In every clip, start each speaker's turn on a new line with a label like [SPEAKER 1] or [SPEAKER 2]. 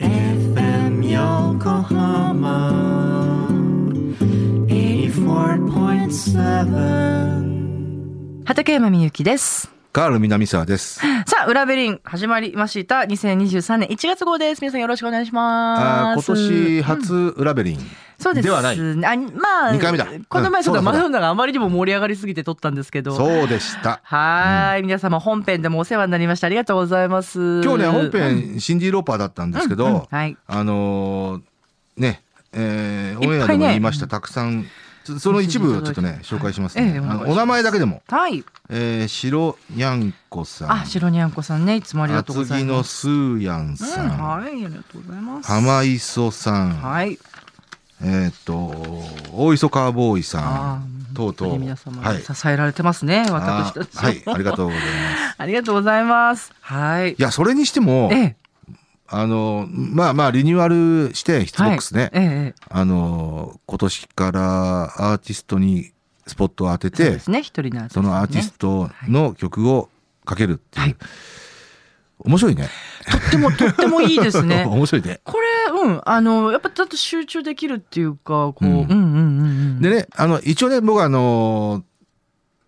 [SPEAKER 1] FM Yokohama 84.7
[SPEAKER 2] 畠山みゆきです。
[SPEAKER 3] カール南沢です。
[SPEAKER 2] さあ、裏ベリン始まりました。2023年1月号です。皆さんよろしくお願いしま
[SPEAKER 3] あー
[SPEAKER 2] す。
[SPEAKER 3] 今年初ラベリン。
[SPEAKER 2] そうです
[SPEAKER 3] ではない
[SPEAKER 2] あ、まあ、
[SPEAKER 3] 二回目だ
[SPEAKER 2] この前ちょっ
[SPEAKER 3] う
[SPEAKER 2] と
[SPEAKER 3] んそうだ
[SPEAKER 2] マ
[SPEAKER 3] そうだ
[SPEAKER 2] ドンナがあまりにも盛り上がりすぎて撮ったんですけど。
[SPEAKER 3] そうでした。
[SPEAKER 2] はーい、皆様本編でもお世話になりました。ありがとうございます。
[SPEAKER 3] 今日ね、本
[SPEAKER 2] うん
[SPEAKER 3] 編、シンディ・ローパーだったんですけ
[SPEAKER 2] うんうん
[SPEAKER 3] ど、
[SPEAKER 2] はい
[SPEAKER 3] あのーね、えーオンエ
[SPEAKER 2] いっ
[SPEAKER 3] ア
[SPEAKER 2] ぱい
[SPEAKER 3] で
[SPEAKER 2] ね
[SPEAKER 3] も言いました、たくさん。そその一部をちょっとね、紹介します
[SPEAKER 2] ええ
[SPEAKER 3] ね。
[SPEAKER 2] お願いし
[SPEAKER 3] あ
[SPEAKER 2] ます
[SPEAKER 3] のお名前だけでも、
[SPEAKER 2] はい。
[SPEAKER 3] えー、白にゃんこさん、
[SPEAKER 2] あ、白にゃんこさんね、いつもありがとうご
[SPEAKER 3] 厚
[SPEAKER 2] ざい
[SPEAKER 3] 木
[SPEAKER 2] ま
[SPEAKER 3] の
[SPEAKER 2] す。
[SPEAKER 3] すーやんさ
[SPEAKER 2] うん、
[SPEAKER 3] ん、
[SPEAKER 2] はい、ありがとうございます。
[SPEAKER 3] 浜磯さん、
[SPEAKER 2] はい。
[SPEAKER 3] えーっと、大磯カーボーイさ
[SPEAKER 2] あ
[SPEAKER 3] ん、
[SPEAKER 2] ー
[SPEAKER 3] とうとう。
[SPEAKER 2] 皆様
[SPEAKER 3] は
[SPEAKER 2] に
[SPEAKER 3] い
[SPEAKER 2] 支。えられてますね、私
[SPEAKER 3] あ
[SPEAKER 2] たち。
[SPEAKER 3] ーはい、ありがとうございます。
[SPEAKER 2] ありがとうございます。はい
[SPEAKER 3] い。や、それにしても
[SPEAKER 2] え、え、
[SPEAKER 3] あの、まあまあ、リニューアルして、ヒットボックスね、
[SPEAKER 2] ええ、
[SPEAKER 3] あの、今年からアーティストにスポットを当て
[SPEAKER 2] そう
[SPEAKER 3] て、
[SPEAKER 2] ですね、一人のアーティスト
[SPEAKER 3] そのアーティストの曲をかけるっていう。
[SPEAKER 2] はい
[SPEAKER 3] 面白いね。
[SPEAKER 2] とっても、とってもいいですね。
[SPEAKER 3] 面白いね。
[SPEAKER 2] これ、うん、あの、やっぱちょっと集中できるっていうか、こう、う、
[SPEAKER 3] うんん
[SPEAKER 2] うん、うんうん。
[SPEAKER 3] でね、あの、一応ね、僕はあの、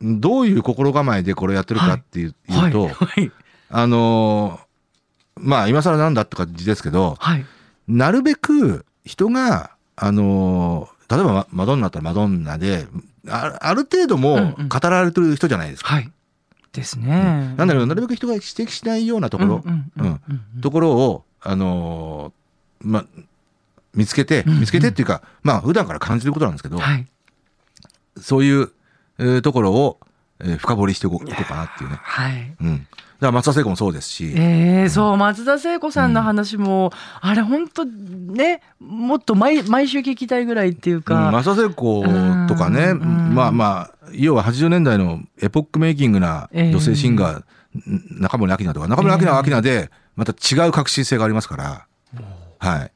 [SPEAKER 3] どういう心構えでこれやってるかっていう,、
[SPEAKER 2] はい、
[SPEAKER 3] と、
[SPEAKER 2] はい、
[SPEAKER 3] あの、まあ、今更なんだって感じですけど、
[SPEAKER 2] はい、
[SPEAKER 3] なるべく人が、あのー例えばママドンナだったらマドンナで、あある程度も
[SPEAKER 2] うんうん
[SPEAKER 3] 語られてる人じゃないですか。
[SPEAKER 2] はい。ですね。
[SPEAKER 3] なんだけど、なるべく人が指摘しないようなところ、
[SPEAKER 2] うん、うん、うんうん。
[SPEAKER 3] ところを、あのーま、見つけて、
[SPEAKER 2] うんうん
[SPEAKER 3] 見つけてっていうか、まあ、普段から感じることなんですけど、
[SPEAKER 2] はい。
[SPEAKER 3] そういう、えーところを、えー深掘りしていこういこうかなっていうね。
[SPEAKER 2] はい。
[SPEAKER 3] うん。だから松田聖子もそうですし、
[SPEAKER 2] ええそう、松田聖子さんの話も、あれ、本当ね、もっと毎、毎週聞きたいぐらいっていう
[SPEAKER 3] うん、
[SPEAKER 2] か、
[SPEAKER 3] 松田聖子とかね、
[SPEAKER 2] うんうん
[SPEAKER 3] まあまあ、要は80年代のエポックメイキングな女性シンガー、ん中森明菜とか、中森明菜は明菜で、また違う革新性がありますから、はい。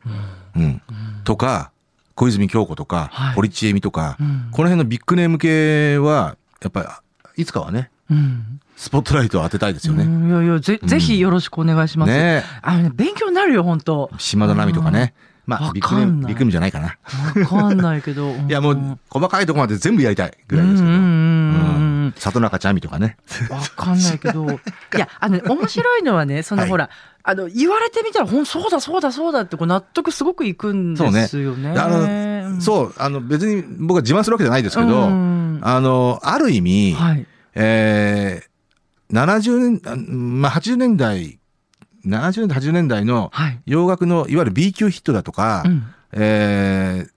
[SPEAKER 3] うん。とか、小泉京子とか、
[SPEAKER 2] はい
[SPEAKER 3] 堀ちえみとか、
[SPEAKER 2] うん
[SPEAKER 3] この辺のビッグネーム系は、やっぱり、いつかはね、
[SPEAKER 2] うん。
[SPEAKER 3] スポットライトを当てたいですよ
[SPEAKER 2] う
[SPEAKER 3] ね。
[SPEAKER 2] んいやいや、ぜ、ぜひよろしくお願いします。
[SPEAKER 3] ね
[SPEAKER 2] あのね、勉強になるよ、本当
[SPEAKER 3] 島田奈美とかね。ま
[SPEAKER 2] わ
[SPEAKER 3] あ、ビッグ
[SPEAKER 2] か
[SPEAKER 3] ネー
[SPEAKER 2] ん
[SPEAKER 3] ム、
[SPEAKER 2] ない
[SPEAKER 3] ビッグネームじゃないかな。
[SPEAKER 2] わかんないけど。 い
[SPEAKER 3] いや、もう、細かいとこまで全部やりたいぐ
[SPEAKER 2] うんう
[SPEAKER 3] らいですけ
[SPEAKER 2] ん
[SPEAKER 3] ど。
[SPEAKER 2] うん
[SPEAKER 3] う
[SPEAKER 2] うん
[SPEAKER 3] 里中ちゃみとかね。
[SPEAKER 2] ん。わかんないけ ど。いや、あのね、面白いのはね、その
[SPEAKER 3] はい
[SPEAKER 2] ほら、あの、言われてみたら、ほん、そうだそうだそうだって、こう、納得すごくいくんですよね。
[SPEAKER 3] あの、そう、あの、別に僕は自慢するわけじゃないですけど、
[SPEAKER 2] うん
[SPEAKER 3] あの、ある意味、
[SPEAKER 2] はい。
[SPEAKER 3] えー、70年、あまあ、80年代、70年代、80年代の
[SPEAKER 2] はい。
[SPEAKER 3] 洋楽の、いわゆる B 級ヒットだとか、
[SPEAKER 2] うん
[SPEAKER 3] えー、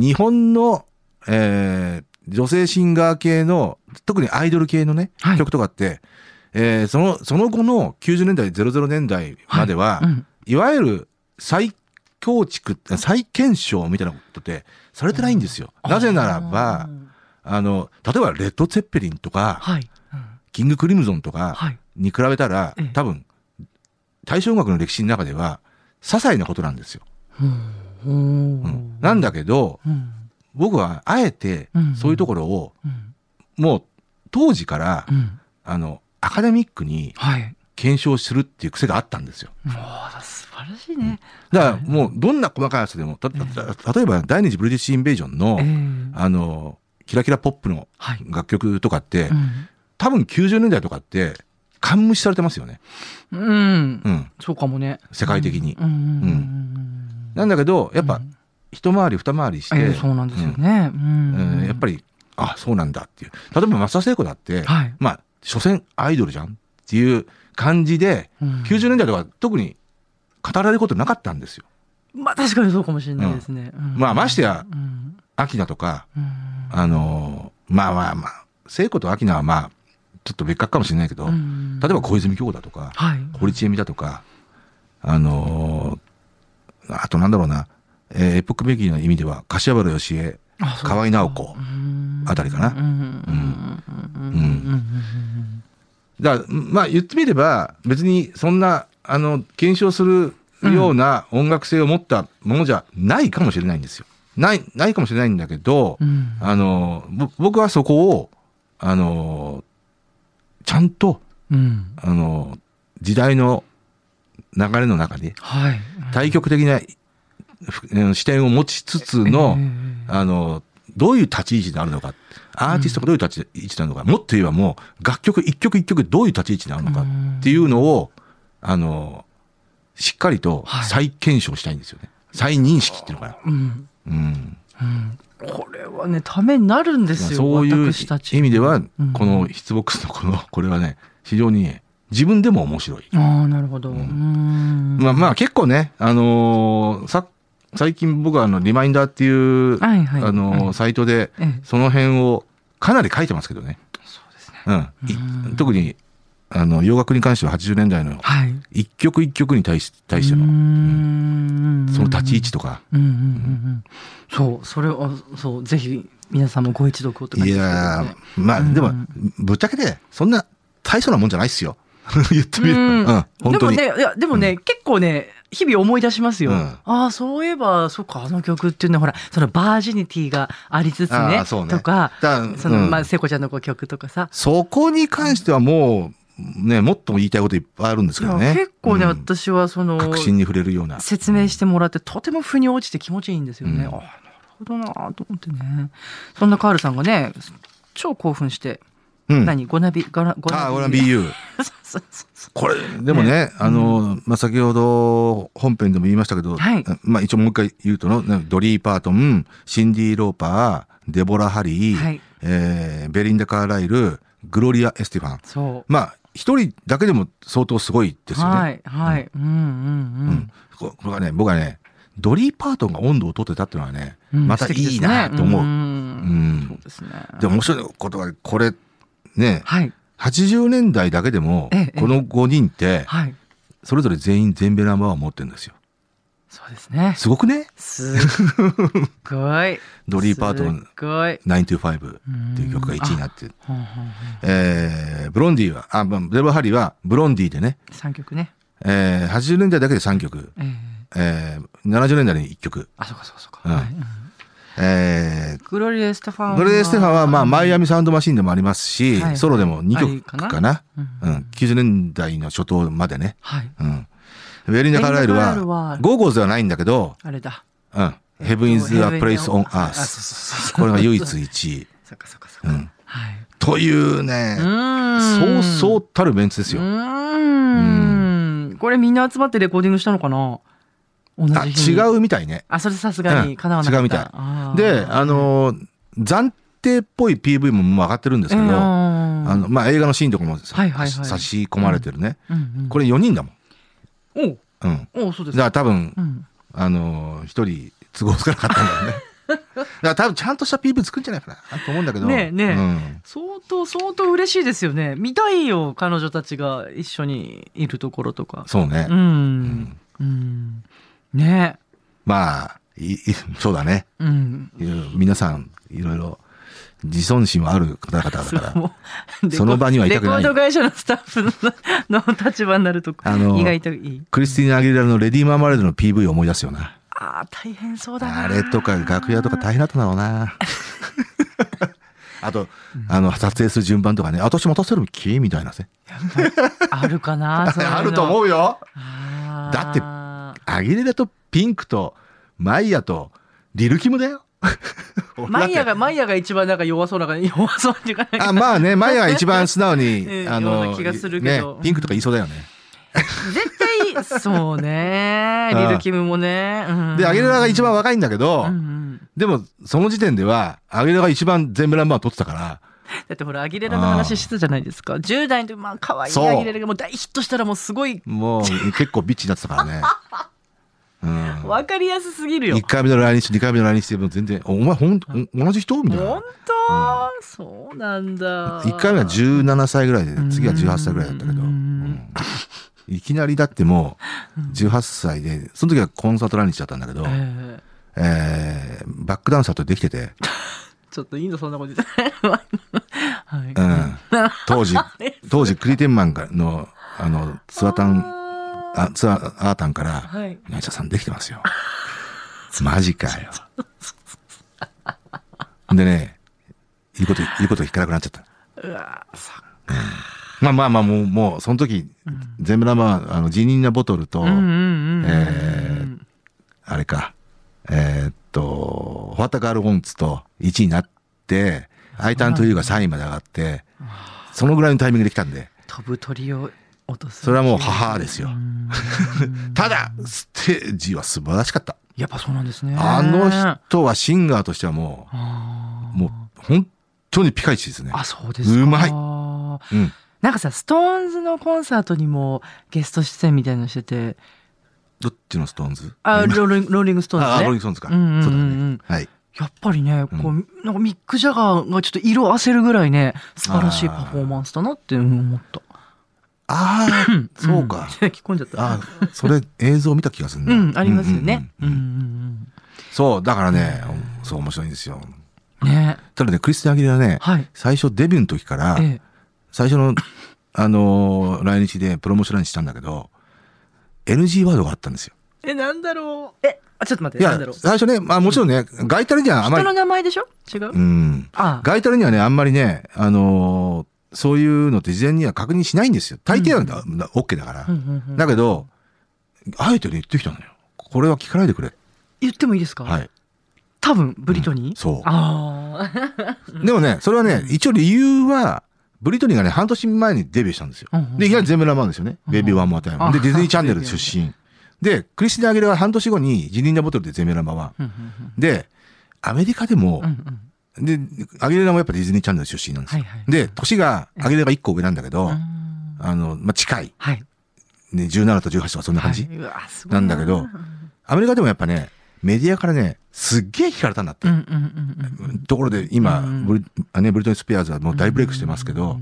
[SPEAKER 3] 日本の、えー、女性シンガー系の、特にアイドル系のね、
[SPEAKER 2] はい
[SPEAKER 3] 曲とかって、えー、その、その後の90年代、00年代までは、
[SPEAKER 2] うん
[SPEAKER 3] いわゆる再構築、再検証みたいなことってされてないんですよ。なぜならば、、あの、例えばレッド・ツェッペリンとか、
[SPEAKER 2] はい。うん
[SPEAKER 3] キング・クリムゾンとか
[SPEAKER 2] はい。
[SPEAKER 3] に比べたら、
[SPEAKER 2] ええ
[SPEAKER 3] 多分、大正音楽の歴史の中では、些細なことなんですよ。
[SPEAKER 2] うん
[SPEAKER 3] うんなんだけど、
[SPEAKER 2] うん
[SPEAKER 3] 僕はあえて
[SPEAKER 2] うん、
[SPEAKER 3] そういうところを、
[SPEAKER 2] うん
[SPEAKER 3] もう、当時から
[SPEAKER 2] う、ん
[SPEAKER 3] あの、アカデミックに
[SPEAKER 2] はい。
[SPEAKER 3] 検証するっていう癖があったんですよ。
[SPEAKER 2] もう、素晴らしいね。
[SPEAKER 3] だから、もう、どんな細かい話でも、たた例えば、第二次ブリティッシュ・インベージョンの
[SPEAKER 2] え、え
[SPEAKER 3] あの、キラキラポップの
[SPEAKER 2] はい。
[SPEAKER 3] 楽曲とかって、
[SPEAKER 2] うん
[SPEAKER 3] 多分90年代とかって、冠無視されてますよね。
[SPEAKER 2] うん
[SPEAKER 3] う。ん。
[SPEAKER 2] そうかもね。
[SPEAKER 3] 世界的に
[SPEAKER 2] うん。うんうんうんうん
[SPEAKER 3] なんだけど、やっ
[SPEAKER 2] う
[SPEAKER 3] ぱ
[SPEAKER 2] ん、
[SPEAKER 3] 一回り二回りして、
[SPEAKER 2] ええそうなんですよね。う
[SPEAKER 3] うんんうんやっぱり、あ、そうなんだっていう。例えば、松田聖子だって、
[SPEAKER 2] はい
[SPEAKER 3] まあ、所詮アイドルじゃんっていう感じで、
[SPEAKER 2] うん
[SPEAKER 3] 90年代とか特に語られることなかったんですよ。
[SPEAKER 2] まあ確かにそうかもしれないですね。うん
[SPEAKER 3] まあ、ましてや
[SPEAKER 2] う、ん
[SPEAKER 3] 秋菜とか、
[SPEAKER 2] うん
[SPEAKER 3] あのーまあまあまあ、聖子と秋菜はまあ、ちょっと別格かもしれないけど、
[SPEAKER 2] う
[SPEAKER 3] 例
[SPEAKER 2] ん
[SPEAKER 3] えば小泉京子だとか、
[SPEAKER 2] はい。
[SPEAKER 3] 堀ちえみだとか、あのーとなんだろうな、えーエポックメイキングの意味では柏原芳恵
[SPEAKER 2] あそう
[SPEAKER 3] 河合直子あたりかな
[SPEAKER 2] うんうんうんうんうん
[SPEAKER 3] だからまあ言ってみれば別にそんなあの検証するような音楽性を持ったものじゃないかもしれないんですよ。ないないかもしれないんだけど、
[SPEAKER 2] うん
[SPEAKER 3] あのぼ僕はそこをあのちゃんと
[SPEAKER 2] うん
[SPEAKER 3] あの時代の流れの中で
[SPEAKER 2] はい
[SPEAKER 3] 対極的なふうん視点を持ちつつの
[SPEAKER 2] ええ
[SPEAKER 3] あのどういう立ち位置であるのかアーティストがどういう立ち位置なのか、もっと言えばもう楽曲一曲一曲どういう立ち位置にあるのかっていうのを、あのしっかりと
[SPEAKER 2] はい
[SPEAKER 3] 再検証したいんですよね、再認識っていうのかな。
[SPEAKER 2] うん
[SPEAKER 3] うん
[SPEAKER 2] うんこれはねためになるんですよ
[SPEAKER 3] そういう
[SPEAKER 2] 私たち
[SPEAKER 3] 意味では、
[SPEAKER 2] うん
[SPEAKER 3] このヒッツボックスのこのこれはね非常に自分でも面白い。
[SPEAKER 2] ああなるほど
[SPEAKER 3] う
[SPEAKER 2] うんん
[SPEAKER 3] まあまあ結構ね、あのーさ最近僕はあのリマインダーっていう、
[SPEAKER 2] はいはい
[SPEAKER 3] あのー
[SPEAKER 2] うん
[SPEAKER 3] サイトで
[SPEAKER 2] ええ
[SPEAKER 3] その辺をかなり書いてますけどね。
[SPEAKER 2] そうですね
[SPEAKER 3] うんい
[SPEAKER 2] うん
[SPEAKER 3] 特にあの洋楽に関しては80年代の
[SPEAKER 2] はい
[SPEAKER 3] 一曲一曲に対し対しての、
[SPEAKER 2] うー
[SPEAKER 3] うん
[SPEAKER 2] ん
[SPEAKER 3] その立ち位置とか。
[SPEAKER 2] うんうんうんうんそうそれをそうぜひ皆さんもご一読をって感
[SPEAKER 3] い
[SPEAKER 2] じですけど
[SPEAKER 3] や
[SPEAKER 2] ね
[SPEAKER 3] ー、まあ
[SPEAKER 2] うん
[SPEAKER 3] でも、ぶっちゃけで、そんな大層なもんじゃないっすよ。 言ってみる。
[SPEAKER 2] うん
[SPEAKER 3] うん、本
[SPEAKER 2] で
[SPEAKER 3] 当
[SPEAKER 2] も
[SPEAKER 3] に。
[SPEAKER 2] ね、いや、でもね、結構ね、日々思い出しますよ。
[SPEAKER 3] うん
[SPEAKER 2] ああ、そういえば、そっか、あの曲っていうのは、ほら、そのバージニティがありつつ
[SPEAKER 3] あ
[SPEAKER 2] ね
[SPEAKER 3] あ、そうね
[SPEAKER 2] とか、
[SPEAKER 3] だから
[SPEAKER 2] その、
[SPEAKER 3] うん
[SPEAKER 2] まあ、聖子ちゃんのこう曲とかさ。
[SPEAKER 3] そこに関してはもう、ね、もっと言いたいこといっぱいあるんです
[SPEAKER 2] い
[SPEAKER 3] け
[SPEAKER 2] や
[SPEAKER 3] どね。
[SPEAKER 2] 結構ね、
[SPEAKER 3] うん
[SPEAKER 2] 私はその、
[SPEAKER 3] 確信に触れるような。
[SPEAKER 2] 説明してもらって、とても腑に落ちて気持ちいいんですよね。
[SPEAKER 3] う
[SPEAKER 2] ああ、
[SPEAKER 3] ん
[SPEAKER 2] なるほどなあと思ってね。そんなカールさんがね、超興奮して、
[SPEAKER 3] うん。
[SPEAKER 2] 何ゴナビ、ガラゴ
[SPEAKER 3] あ、
[SPEAKER 2] ナビ。
[SPEAKER 3] 俺は BU。
[SPEAKER 2] そうそうそうそう
[SPEAKER 3] これ、でもね、あの、まあ、先ほど本編でも言いましたけど、
[SPEAKER 2] はい
[SPEAKER 3] まあ、一応もう一回言うとの、ねドリー・パートン、シンディ・ローパー、デボラ・ハリー、
[SPEAKER 2] はい
[SPEAKER 3] えーベリンダ・カーライル、グロリア・エステファン。
[SPEAKER 2] そう。
[SPEAKER 3] まあ、一人だけでも相当すごいですよね。
[SPEAKER 2] はい、はい。うん、うん、
[SPEAKER 3] う
[SPEAKER 2] うん
[SPEAKER 3] ん。ここれはね、僕はね、ドリー・パートンが温度を取ってたっていうのはね、
[SPEAKER 2] うん
[SPEAKER 3] またいいなと思う。う
[SPEAKER 2] 素
[SPEAKER 3] ん
[SPEAKER 2] 敵。ですねうん
[SPEAKER 3] で、面白いことが、これ、ね、
[SPEAKER 2] はい、
[SPEAKER 3] 80年代だけでも
[SPEAKER 2] ええ
[SPEAKER 3] この5人って
[SPEAKER 2] はい。
[SPEAKER 3] それぞれ全員全米ナンバーワンを持ってるんですよ。
[SPEAKER 2] そうですね。
[SPEAKER 3] すごくね
[SPEAKER 2] すっごい。
[SPEAKER 3] ドリーパート
[SPEAKER 2] す
[SPEAKER 3] ン
[SPEAKER 2] っごい。
[SPEAKER 3] 925っていう曲が1位になって、
[SPEAKER 2] ほんほんほん
[SPEAKER 3] えー、ブロンディはあまあデブ・ハリーはブロンディでね、
[SPEAKER 2] 三曲ね。
[SPEAKER 3] えー、80年代だけで3曲、
[SPEAKER 2] ええ
[SPEAKER 3] えー、70年代に1曲、
[SPEAKER 2] あ、そうか、そうか、そうか。
[SPEAKER 3] うん
[SPEAKER 2] はいうん
[SPEAKER 3] えー、
[SPEAKER 2] グロリエ・ステファンは。
[SPEAKER 3] グレー・ステファンはまあマイア
[SPEAKER 2] ミ。
[SPEAKER 3] ミサウンドマシンでもありますし、
[SPEAKER 2] はい
[SPEAKER 3] ソロでも2
[SPEAKER 2] あいい
[SPEAKER 3] 曲
[SPEAKER 2] か
[SPEAKER 3] か
[SPEAKER 2] な
[SPEAKER 3] な
[SPEAKER 2] うん
[SPEAKER 3] うん、90年代の初頭までね、
[SPEAKER 2] はい。
[SPEAKER 3] うん、ベリンダ・カーライル
[SPEAKER 2] ベリンダカーライルは
[SPEAKER 3] はゴーゴーズではないんだけど、
[SPEAKER 2] あれだ。
[SPEAKER 3] うん、ヘブンズ・ア・プレイス・オン・アー
[SPEAKER 2] あそう
[SPEAKER 3] ス。
[SPEAKER 2] そう そうそう
[SPEAKER 3] これが唯一1位。
[SPEAKER 2] そうか、そうか、そう
[SPEAKER 3] う
[SPEAKER 2] か。
[SPEAKER 3] ん、
[SPEAKER 2] はい。
[SPEAKER 3] というね、
[SPEAKER 2] そ
[SPEAKER 3] そうそうたるメンツです
[SPEAKER 2] う
[SPEAKER 3] よ。
[SPEAKER 2] ーん。これみんな集まってレコーディングしたのかな同
[SPEAKER 3] あ
[SPEAKER 2] じ日
[SPEAKER 3] 違
[SPEAKER 2] に。う。
[SPEAKER 3] うみたいね。
[SPEAKER 2] あ、それさすがに叶わなかった。
[SPEAKER 3] うん違うみたい
[SPEAKER 2] あー
[SPEAKER 3] で、あのー暫定っぽい PV ももう上がってるんですけど、
[SPEAKER 2] ええ
[SPEAKER 3] あ
[SPEAKER 2] あ
[SPEAKER 3] のまあ、映画のシーンとかもさ、
[SPEAKER 2] はいはいはい
[SPEAKER 3] 差し込まれてるね。こ
[SPEAKER 2] れ、
[SPEAKER 3] れ4人だもん。
[SPEAKER 2] おう
[SPEAKER 3] うん、
[SPEAKER 2] おう、そうです
[SPEAKER 3] だか
[SPEAKER 2] か。
[SPEAKER 3] ら多分、
[SPEAKER 2] うん
[SPEAKER 3] あのー、一人都合つかなかったんだよ ね。だから多分ちゃんとした PV 作るんじゃないかなと思うんだけど。
[SPEAKER 2] ねえねえ
[SPEAKER 3] うん
[SPEAKER 2] 相当、相当嬉しいですよね。見たいよ、彼女たちが一緒にいるところとか。
[SPEAKER 3] そうね。
[SPEAKER 2] う。
[SPEAKER 3] うんん
[SPEAKER 2] うん。ね
[SPEAKER 3] まあ、い いそうだね。
[SPEAKER 2] うん。
[SPEAKER 3] いろいろ皆さん、いろいろ、自尊心はある方々だから。
[SPEAKER 2] もう
[SPEAKER 3] その場にはいたくない
[SPEAKER 2] レコード会社のスタッフのの立場になると、
[SPEAKER 3] あの
[SPEAKER 2] 意外といい。
[SPEAKER 3] クリスティーナ・アギリラのレディー・マーマレードの PV を思い出すよな。
[SPEAKER 2] ああ、大変そうだな。
[SPEAKER 3] あれとか楽屋とか大変だったんだろ うな。あと、あの、撮影する順番とかね、私待たせる気みたいなね。
[SPEAKER 2] あるか な、そういうの
[SPEAKER 3] あると思うよ。
[SPEAKER 2] あー
[SPEAKER 3] だってアギレラとピンクとマイヤとリルキムだよ。
[SPEAKER 2] マイヤが、マイヤが一番なんか弱そうな感じ、 弱そうっていうか、なんか
[SPEAKER 3] あまあね、マイヤが一番素直
[SPEAKER 2] ええ
[SPEAKER 3] に、あ
[SPEAKER 2] よう
[SPEAKER 3] の、
[SPEAKER 2] な気がするけど
[SPEAKER 3] ねピンクとか言いそうだよね。
[SPEAKER 2] 絶対、そう ね。リルキムもね。うん
[SPEAKER 3] で、アギレラが一番若いんだけ
[SPEAKER 2] う
[SPEAKER 3] ど、
[SPEAKER 2] んうん
[SPEAKER 3] でも、その時点では、アギレラが一番全部ランバー取ってたから、
[SPEAKER 2] だってほら、アギレラの話してたじゃないですか。10代の時、まあ、可愛い
[SPEAKER 3] そう
[SPEAKER 2] アギレラがもう大ヒットしたらもうすごい、
[SPEAKER 3] もう結構ビッチになってたか らね。うん。
[SPEAKER 2] わかりやすすぎるよ
[SPEAKER 3] 1。回目の来日、2回目の来日でも全然、おお前ほん、お同じ人みたい
[SPEAKER 2] 本
[SPEAKER 3] な。
[SPEAKER 2] 当、そうなんだ。
[SPEAKER 3] 1回目は17歳ぐらいで、次は18歳ぐらいだったけど、
[SPEAKER 2] う
[SPEAKER 3] うんんいきなりだってもう18歳でその時はコンサート来日だったんだけど、
[SPEAKER 2] ええ
[SPEAKER 3] えーバックダンサーとできてて、
[SPEAKER 2] ちょっといいのそんなこと言ってないはい、
[SPEAKER 3] うん、当時当時クリテンマンがのあのツアータン
[SPEAKER 2] あー
[SPEAKER 3] あツアーアータンから
[SPEAKER 2] はい
[SPEAKER 3] 「ナイチャさんできて ますよ」マジかよ。でね言うこと言うこと聞かなくなっちゃった。
[SPEAKER 2] うわーさ
[SPEAKER 3] まあまあまあもうもうその時全部生あの辞任なボトルと、
[SPEAKER 2] うんうんうんうん、
[SPEAKER 3] えーあれか、えーっと、ホワタガール・ゴンツと1位になって、アイタンとユーが3位まで上がって、そのぐらいのタイミングで来たんで、
[SPEAKER 2] 飛ぶ鳥を落とす
[SPEAKER 3] それはもう母ですよ
[SPEAKER 2] う。ん
[SPEAKER 3] ただ、ステージは素晴らしかった。
[SPEAKER 2] やっぱそうなんですね
[SPEAKER 3] あの人はシンガーとしてはも
[SPEAKER 2] あ
[SPEAKER 3] う、
[SPEAKER 2] ー
[SPEAKER 3] もう本当にピカイチですね。
[SPEAKER 2] あそうですか
[SPEAKER 3] うまいうん。
[SPEAKER 2] なんかさストーンズのコンサートにもゲスト出演みたいなのしてて
[SPEAKER 3] どっちのストーンズ
[SPEAKER 2] あ
[SPEAKER 3] 今
[SPEAKER 2] ローリングローリングスト
[SPEAKER 3] あ
[SPEAKER 2] ー
[SPEAKER 3] あ
[SPEAKER 2] ン
[SPEAKER 3] ロ
[SPEAKER 2] ズね
[SPEAKER 3] ーリングストーンズか。
[SPEAKER 2] うんうんうんうん
[SPEAKER 3] そうだね。はい。
[SPEAKER 2] やっぱりねこう、なんかミック・ジャガーがちょっと色あせるぐらいね素晴らしいパフォーマンスだなってうん思った
[SPEAKER 3] ああ、そう
[SPEAKER 2] うん
[SPEAKER 3] か。
[SPEAKER 2] 聞こえんじゃった
[SPEAKER 3] ああ、それ映像見た気がするな
[SPEAKER 2] うんありますよね
[SPEAKER 3] う
[SPEAKER 2] うんん
[SPEAKER 3] う
[SPEAKER 2] うん
[SPEAKER 3] うん
[SPEAKER 2] ん
[SPEAKER 3] そう、だからね、そう面白いんですよ。
[SPEAKER 2] うんね
[SPEAKER 3] ただね、クリスティン・アギレラね、
[SPEAKER 2] はい
[SPEAKER 3] 最初デビューの時から、
[SPEAKER 2] ええ
[SPEAKER 3] 最初の、あのー来日でプロモーションラインしたんだけど、NG ワードがあったんですよ。
[SPEAKER 2] え、なんだろう。え、あ、ちょっと待っ
[SPEAKER 3] い
[SPEAKER 2] て、なん
[SPEAKER 3] や
[SPEAKER 2] だろ、う。
[SPEAKER 3] 最初ね、まあもちろんね、ガイタルにはあま
[SPEAKER 2] 人
[SPEAKER 3] り
[SPEAKER 2] の、名前でしょ違う、
[SPEAKER 3] うん、
[SPEAKER 2] あ
[SPEAKER 3] ガイタルにはね、あんまりね、あのーそういうのって事前には確認しないんですよ。大抵はだ、だ OK だから
[SPEAKER 2] うん。うんうん
[SPEAKER 3] だけど、あえてね、言ってきたのよ。これは聞かないでくれ。
[SPEAKER 2] 言ってもいいですか、
[SPEAKER 3] はい。
[SPEAKER 2] 多分、ブリトニー、
[SPEAKER 3] そう。
[SPEAKER 2] あ
[SPEAKER 3] でもね、それはね、一応理由は、ブリトニーがね、半年前にデビューしたんですよ
[SPEAKER 2] うんう。ん
[SPEAKER 3] で、いきなり全部ラマンですよね。
[SPEAKER 2] うん
[SPEAKER 3] ベビーワンモアタイム。
[SPEAKER 2] あ
[SPEAKER 3] で、ディズニーチャンネル出身。で、クリスティン・アゲレは半年後にジニーナボトルでゼメラマは。
[SPEAKER 2] あ。
[SPEAKER 3] で、アメリカでも
[SPEAKER 2] うんう、ん
[SPEAKER 3] で、アゲレラもやっぱディズニーチャンネル出身なんですよ
[SPEAKER 2] はいはい。
[SPEAKER 3] で、年が、アゲレラが1個上なんだけど
[SPEAKER 2] う、ん
[SPEAKER 3] あの、まあ、近い。
[SPEAKER 2] はい。
[SPEAKER 3] ね、17と18とかそんな感じ
[SPEAKER 2] は。いうわすごい
[SPEAKER 3] なんだけど
[SPEAKER 2] うん
[SPEAKER 3] アメリカでもやっぱね、メディアからね、すっげえ聞かれたんだって
[SPEAKER 2] うんう。んうん。
[SPEAKER 3] ところで今、
[SPEAKER 2] うん
[SPEAKER 3] ブリあねブリトニー・スピアーズはもう大ブレイクしてますけど、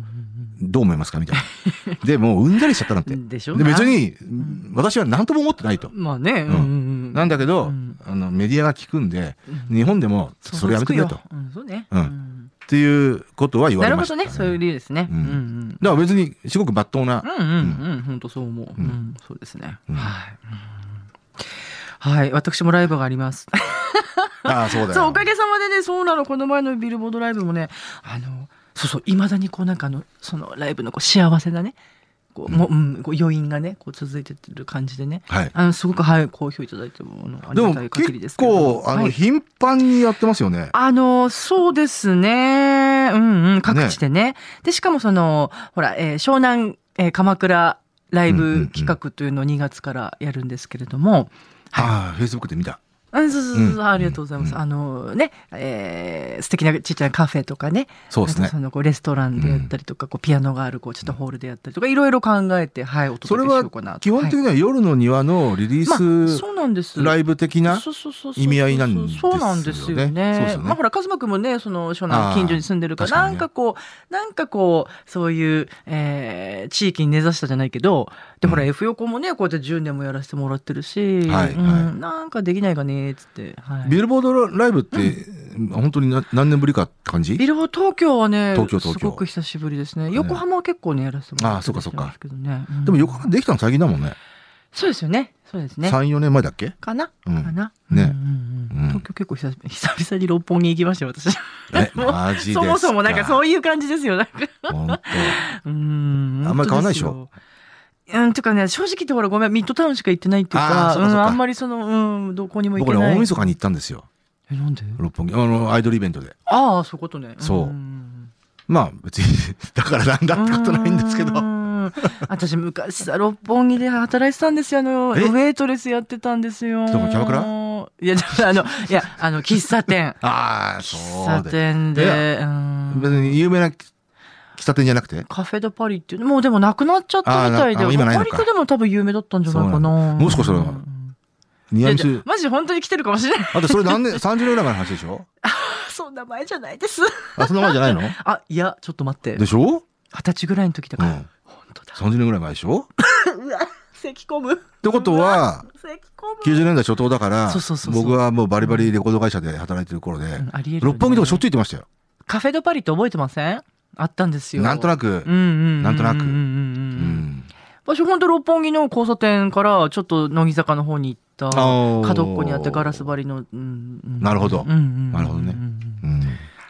[SPEAKER 3] どう思いますかみたいな。で、もううんざりしちゃったなんて。
[SPEAKER 2] でしょ
[SPEAKER 3] で、別に
[SPEAKER 2] ん
[SPEAKER 3] 私は何とも思ってないと。
[SPEAKER 2] まあね、うんんうん。
[SPEAKER 3] なんだけど、
[SPEAKER 2] うん
[SPEAKER 3] あのメディアが聞くんで、
[SPEAKER 2] うん、
[SPEAKER 3] 日本でも
[SPEAKER 2] 想像
[SPEAKER 3] それやめてくれ
[SPEAKER 2] つ
[SPEAKER 3] と。っ
[SPEAKER 2] ようん、そうね。
[SPEAKER 3] うん
[SPEAKER 2] うん
[SPEAKER 3] ていうことは言わ
[SPEAKER 2] な
[SPEAKER 3] れ
[SPEAKER 2] る
[SPEAKER 3] ま
[SPEAKER 2] ほ
[SPEAKER 3] した
[SPEAKER 2] ど
[SPEAKER 3] ね、
[SPEAKER 2] ね、そういう理由ですね。
[SPEAKER 3] う
[SPEAKER 2] うんんうん。
[SPEAKER 3] だから別にすごく抜 刀な。
[SPEAKER 2] うんうんうん、本当そう思う。うん、そうですね。
[SPEAKER 3] うん
[SPEAKER 2] はい。うんはい、私もライブがあります。
[SPEAKER 3] ああ、そうだよ。
[SPEAKER 2] そう、おかげさまでね、そうなの、この前のビルボードライブもね、あの、そうそう、いまだにこう、なんかあの、そのライブのこう幸せなね、こう、もうん、こう余韻がね、こう続いてる感じでね、
[SPEAKER 3] はい。
[SPEAKER 2] あの、すごく、はい、好評いただいても、あのあ
[SPEAKER 3] で
[SPEAKER 2] りが
[SPEAKER 3] も
[SPEAKER 2] たい限りで
[SPEAKER 3] 結
[SPEAKER 2] すけれども
[SPEAKER 3] 構、あ
[SPEAKER 2] は
[SPEAKER 3] の、
[SPEAKER 2] い
[SPEAKER 3] 頻繁にやってますよね。
[SPEAKER 2] あの、そうですね。うんうん、各地でね。で、しかもその、ほら、えー湘南、えー鎌倉ライ
[SPEAKER 3] うんうんうん
[SPEAKER 2] ブ企画というのを2月からやるんですけれども、
[SPEAKER 3] ああ、Facebook で見た。
[SPEAKER 2] うん、そうそうそうそう、
[SPEAKER 3] うん
[SPEAKER 2] ありがとうございます。
[SPEAKER 3] うん
[SPEAKER 2] あのね、えー素敵なちっちゃなカフェとかね、
[SPEAKER 3] そうです
[SPEAKER 2] あ
[SPEAKER 3] ね
[SPEAKER 2] と。そのこうレストランでやったりとか、こうピアノがあるこうちょっとホールでやったりとか、いろいろ考えて、はい、お
[SPEAKER 3] それ
[SPEAKER 2] 届けし
[SPEAKER 3] は
[SPEAKER 2] ようかなと
[SPEAKER 3] 基本的
[SPEAKER 2] はい
[SPEAKER 3] には夜の庭のリリ
[SPEAKER 2] まあ、
[SPEAKER 3] ース
[SPEAKER 2] そうなんです。
[SPEAKER 3] ライブ的な
[SPEAKER 2] そうそうそう
[SPEAKER 3] 意味合いなんですよ
[SPEAKER 2] そう
[SPEAKER 3] ね
[SPEAKER 2] なんですよ
[SPEAKER 3] そうです
[SPEAKER 2] ね
[SPEAKER 3] よ。ね
[SPEAKER 2] まあほら、カズマくんもね、その、湘
[SPEAKER 3] あー
[SPEAKER 2] 南近所に住んでるから、
[SPEAKER 3] 確か
[SPEAKER 2] な
[SPEAKER 3] にね
[SPEAKER 2] んかこう、なんかこう、そういう、えー、地域に根ざしたじゃないけど、で、ほら、
[SPEAKER 3] うん
[SPEAKER 2] F 横もね、こうやって10年もやらせてもらってるし、
[SPEAKER 3] はい
[SPEAKER 2] うん
[SPEAKER 3] は
[SPEAKER 2] なんかできないかね、つって。はい
[SPEAKER 3] ビルボードライブって、本当にな何年ぶりかって感じ
[SPEAKER 2] ビルボ東京はね、
[SPEAKER 3] 東京東京
[SPEAKER 2] すごく久しぶりですね。横浜は結構ね、やらせてもらってるんです
[SPEAKER 3] あーそうか
[SPEAKER 2] けどね。うん
[SPEAKER 3] でも横浜できたの最近だもんね。
[SPEAKER 2] そうですよね。そうですね。
[SPEAKER 3] 3、4年前だっけ
[SPEAKER 2] かな、
[SPEAKER 3] うん
[SPEAKER 2] かな。
[SPEAKER 3] ね
[SPEAKER 2] うんうんうん
[SPEAKER 3] うん
[SPEAKER 2] 東京結構久々久々に六本木行きましたよ、私。
[SPEAKER 3] え、
[SPEAKER 2] もう
[SPEAKER 3] マジですか
[SPEAKER 2] そもそもなんかそうういう感じですよ。なんか
[SPEAKER 3] 本
[SPEAKER 2] うーん。
[SPEAKER 3] あんまり買わないでしょ
[SPEAKER 2] 本当ですよ。うん、てかね、正直言ってほら、ごめん、ミッドタウンしか行ってないっていうか、
[SPEAKER 3] あーそうかそうか
[SPEAKER 2] ん、あんまりその、うん、どこに
[SPEAKER 3] 当
[SPEAKER 2] も行
[SPEAKER 3] 僕
[SPEAKER 2] け
[SPEAKER 3] ね、
[SPEAKER 2] ない。
[SPEAKER 3] 大晦日に行ったんですよ。
[SPEAKER 2] え、なんで
[SPEAKER 3] 六本木。あの、アイドルイベントで。
[SPEAKER 2] ああ、そういうことね。
[SPEAKER 3] そう
[SPEAKER 2] うん
[SPEAKER 3] まあ、別に、 だからなんだってことないんですけど。
[SPEAKER 2] うーん私、昔さ、六本木で働いてたんですよ。あの、ウ
[SPEAKER 3] え
[SPEAKER 2] ェイトレスやってたんですよ。
[SPEAKER 3] どこキャバクラ。
[SPEAKER 2] いや、ちょっとあの、いや、あの、喫茶店
[SPEAKER 3] ああ、
[SPEAKER 2] 喫
[SPEAKER 3] そ
[SPEAKER 2] 茶
[SPEAKER 3] うで。
[SPEAKER 2] 店
[SPEAKER 3] い
[SPEAKER 2] で、
[SPEAKER 3] や
[SPEAKER 2] うん
[SPEAKER 3] 別に有名な喫茶店じゃなくて。
[SPEAKER 2] カフェ・ド・パリっていうのもうでもなくなっちゃったみたいで
[SPEAKER 3] あーなあー今ないの
[SPEAKER 2] パ
[SPEAKER 3] か
[SPEAKER 2] リとでも多分有名だったんじゃないか
[SPEAKER 3] そうな
[SPEAKER 2] な
[SPEAKER 3] もしかしたらニ
[SPEAKER 2] い
[SPEAKER 3] ア
[SPEAKER 2] や
[SPEAKER 3] ミ
[SPEAKER 2] じゃ
[SPEAKER 3] ス
[SPEAKER 2] あ。マジ本当に来てるかもしれない
[SPEAKER 3] あと、それ何年、30年ぐらい前 の話でしょ
[SPEAKER 2] そんな前じゃないです
[SPEAKER 3] あ、そんな前じゃな いの
[SPEAKER 2] あいやちょっと待って
[SPEAKER 3] で
[SPEAKER 2] 二十
[SPEAKER 3] しょ
[SPEAKER 2] 歳ぐらいの時だ
[SPEAKER 3] う
[SPEAKER 2] から、
[SPEAKER 3] ん。
[SPEAKER 2] 本当だ
[SPEAKER 3] 30年ぐらい前でしょ
[SPEAKER 2] 咳込む。って
[SPEAKER 3] ことは
[SPEAKER 2] 咳込む。
[SPEAKER 3] 90年代初頭だから
[SPEAKER 2] そうそうそうそう
[SPEAKER 3] 僕はもうバリバリレコード会社で働いてる頃で、
[SPEAKER 2] うんありえるよね
[SPEAKER 3] 六本木とかしょっちゅう行ってましたよ
[SPEAKER 2] カフェドパリって覚えてませんあったんですよ。
[SPEAKER 3] なんと
[SPEAKER 2] な
[SPEAKER 3] なく
[SPEAKER 2] く。うんうんうんうん。
[SPEAKER 3] なんとな
[SPEAKER 2] う
[SPEAKER 3] く
[SPEAKER 2] んうん
[SPEAKER 3] う
[SPEAKER 2] うん。
[SPEAKER 3] ん
[SPEAKER 2] 私本当六本木の交差点からちょっと乃木坂の方に行った
[SPEAKER 3] ー
[SPEAKER 2] 角っこにあってガラス張りの、うんうん、
[SPEAKER 3] なるほど
[SPEAKER 2] うんうんうん、
[SPEAKER 3] なるほどね
[SPEAKER 2] うんうん
[SPEAKER 3] うん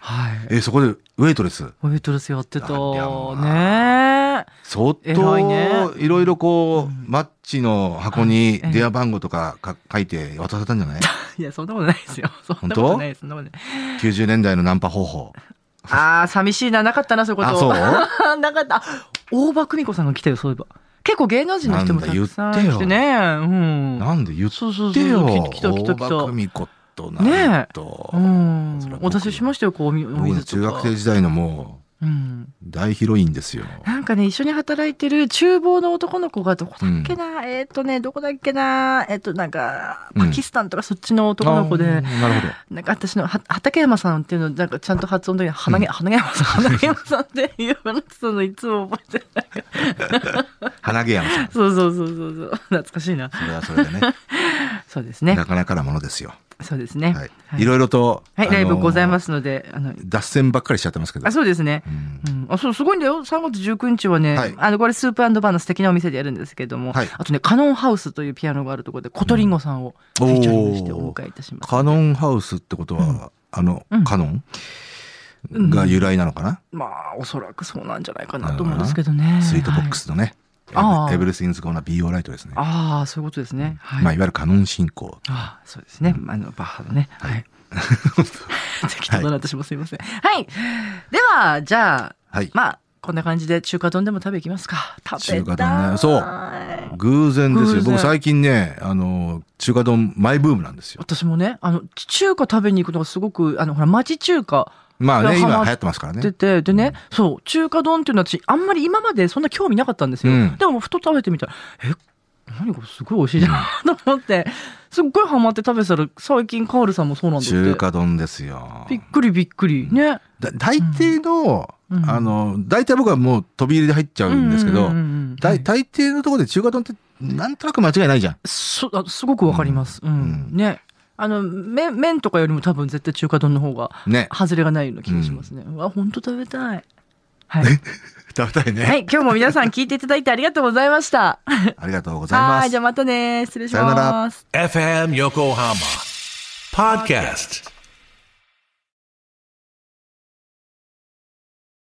[SPEAKER 2] はい
[SPEAKER 3] えそこでウェイトレス
[SPEAKER 2] ウェイトレスやってた
[SPEAKER 3] ありゃま
[SPEAKER 2] ね
[SPEAKER 3] 相
[SPEAKER 2] 偉い
[SPEAKER 3] 当
[SPEAKER 2] ね
[SPEAKER 3] いろいろこ
[SPEAKER 2] うん
[SPEAKER 3] うマッチの箱に
[SPEAKER 2] あええ
[SPEAKER 3] 電話番号とかか書いて渡されたんじゃ ない
[SPEAKER 2] いやそんなことないですよそんなこ
[SPEAKER 3] 本
[SPEAKER 2] と
[SPEAKER 3] 当
[SPEAKER 2] ないですそんなことない
[SPEAKER 3] ?90 年代のナンパ方法
[SPEAKER 2] ああ寂しいななかったなそういうこと
[SPEAKER 3] あそう
[SPEAKER 2] なかったあ大場久美子さんが来たよそういえば結構芸能人の人もたくさん来てねうん
[SPEAKER 3] なんで言っ
[SPEAKER 2] そうそう
[SPEAKER 3] てよ
[SPEAKER 2] そう来た来た来た
[SPEAKER 3] 大場久美子となんと、
[SPEAKER 2] うん
[SPEAKER 3] それは
[SPEAKER 2] お
[SPEAKER 3] 僕
[SPEAKER 2] 出ししましたよこうおみお
[SPEAKER 3] 僕の
[SPEAKER 2] 水と
[SPEAKER 3] 中
[SPEAKER 2] か
[SPEAKER 3] 学生時代のも
[SPEAKER 2] うん
[SPEAKER 3] う大ヒロインですよ
[SPEAKER 2] なんかね、一緒に働いてる厨房の男の子がどこだっけな、えーっ、とね、どこだっけな、えーっ、と、なんか、
[SPEAKER 3] うん
[SPEAKER 2] パキスタンとかそっちの男の子で、
[SPEAKER 3] あーなるほど
[SPEAKER 2] なんか私のは畠山さんっていうの、なんかちゃんと発音で、花毛、花毛山さん、花毛山さんっていう話すのいつも覚 えてない。
[SPEAKER 3] 花毛山さん
[SPEAKER 2] そうそうそうそうそう、懐かしいな。
[SPEAKER 3] それはそれでね
[SPEAKER 2] そうです ね
[SPEAKER 3] な。かなかなものですよ、
[SPEAKER 2] そうですね。
[SPEAKER 3] は
[SPEAKER 2] はい
[SPEAKER 3] い、いろいろと、
[SPEAKER 2] はいライブございますすので、あの、
[SPEAKER 3] 脱線ばっかりしちゃってますけど
[SPEAKER 2] あ、そうですね。
[SPEAKER 3] うん
[SPEAKER 2] うん、あそうすごいんだよ3月19日はね、
[SPEAKER 3] はい
[SPEAKER 2] あのこれスープバーの素敵なお店でやるんですけども、
[SPEAKER 3] はい
[SPEAKER 2] あとねカノンハウスというピアノがあるところでコトリンゴさんをフィーチャリングしてお迎えいたします、
[SPEAKER 3] カノンハウスってことは、あの、
[SPEAKER 2] うん
[SPEAKER 3] カノンが由来なのかな、
[SPEAKER 2] まあおそらくそうなんじゃないかなと思うんですけどね
[SPEAKER 3] スイートボック
[SPEAKER 2] はい
[SPEAKER 3] スのね、
[SPEAKER 2] ああ
[SPEAKER 3] エブエブリスインズコーナー BO ライトですね。
[SPEAKER 2] ああそういうことですね、はい
[SPEAKER 3] まあ、いわゆるカノン進行。
[SPEAKER 2] ああそうですねあのバッハのねはい 適当だな私もすいませんはい、ではじゃあ
[SPEAKER 3] はい。
[SPEAKER 2] まあこんな感じで中華丼でも食べいきますか食べたい
[SPEAKER 3] 中華丼ねそう偶然です
[SPEAKER 2] 偶
[SPEAKER 3] よ。
[SPEAKER 2] 然
[SPEAKER 3] 僕最近ね、あの、中華丼マイブームなんですよ。
[SPEAKER 2] 私もね、あの、中華食べに行くのがすごく、あの、ほら、町中華
[SPEAKER 3] まあ
[SPEAKER 2] が
[SPEAKER 3] ね、今
[SPEAKER 2] ハマ
[SPEAKER 3] 流行ってますから
[SPEAKER 2] って
[SPEAKER 3] ね。
[SPEAKER 2] て、でね、そう、中華丼っていうのは私、あんまり今までそんな興味なかったんですよ。
[SPEAKER 3] うん
[SPEAKER 2] でも、ふと食べてみたら、え、何これすごい美味しいじゃん と思って、すっごいハマって食べてたら、最近カールさんもそうなんだって。
[SPEAKER 3] 中華丼ですよ。
[SPEAKER 2] びっくりびっくり。ね。
[SPEAKER 3] だ大抵の、
[SPEAKER 2] うん
[SPEAKER 3] あの、大体僕はもう飛び入りで入っちゃうんですけ
[SPEAKER 2] う
[SPEAKER 3] ど、
[SPEAKER 2] うんうんうん
[SPEAKER 3] 大大抵のところで中華丼ってなんとなく間違いないじゃん。
[SPEAKER 2] そあすごくわかります。うん。ね。あの、麺、麺とかよりも多分絶対中華丼の方が、
[SPEAKER 3] ね。
[SPEAKER 2] 外れがないような気がしますね。うわ、ほんと食べたい。はい。
[SPEAKER 3] 食べたいね。
[SPEAKER 2] はい、今日も皆さん聞いていただいてありがとうございました。
[SPEAKER 3] ありがとうございま
[SPEAKER 2] は
[SPEAKER 3] す
[SPEAKER 2] い、じゃ。あまたね。失礼し
[SPEAKER 3] さよな
[SPEAKER 2] ま
[SPEAKER 3] ら
[SPEAKER 2] す。
[SPEAKER 1] FM Yokohama Podcast.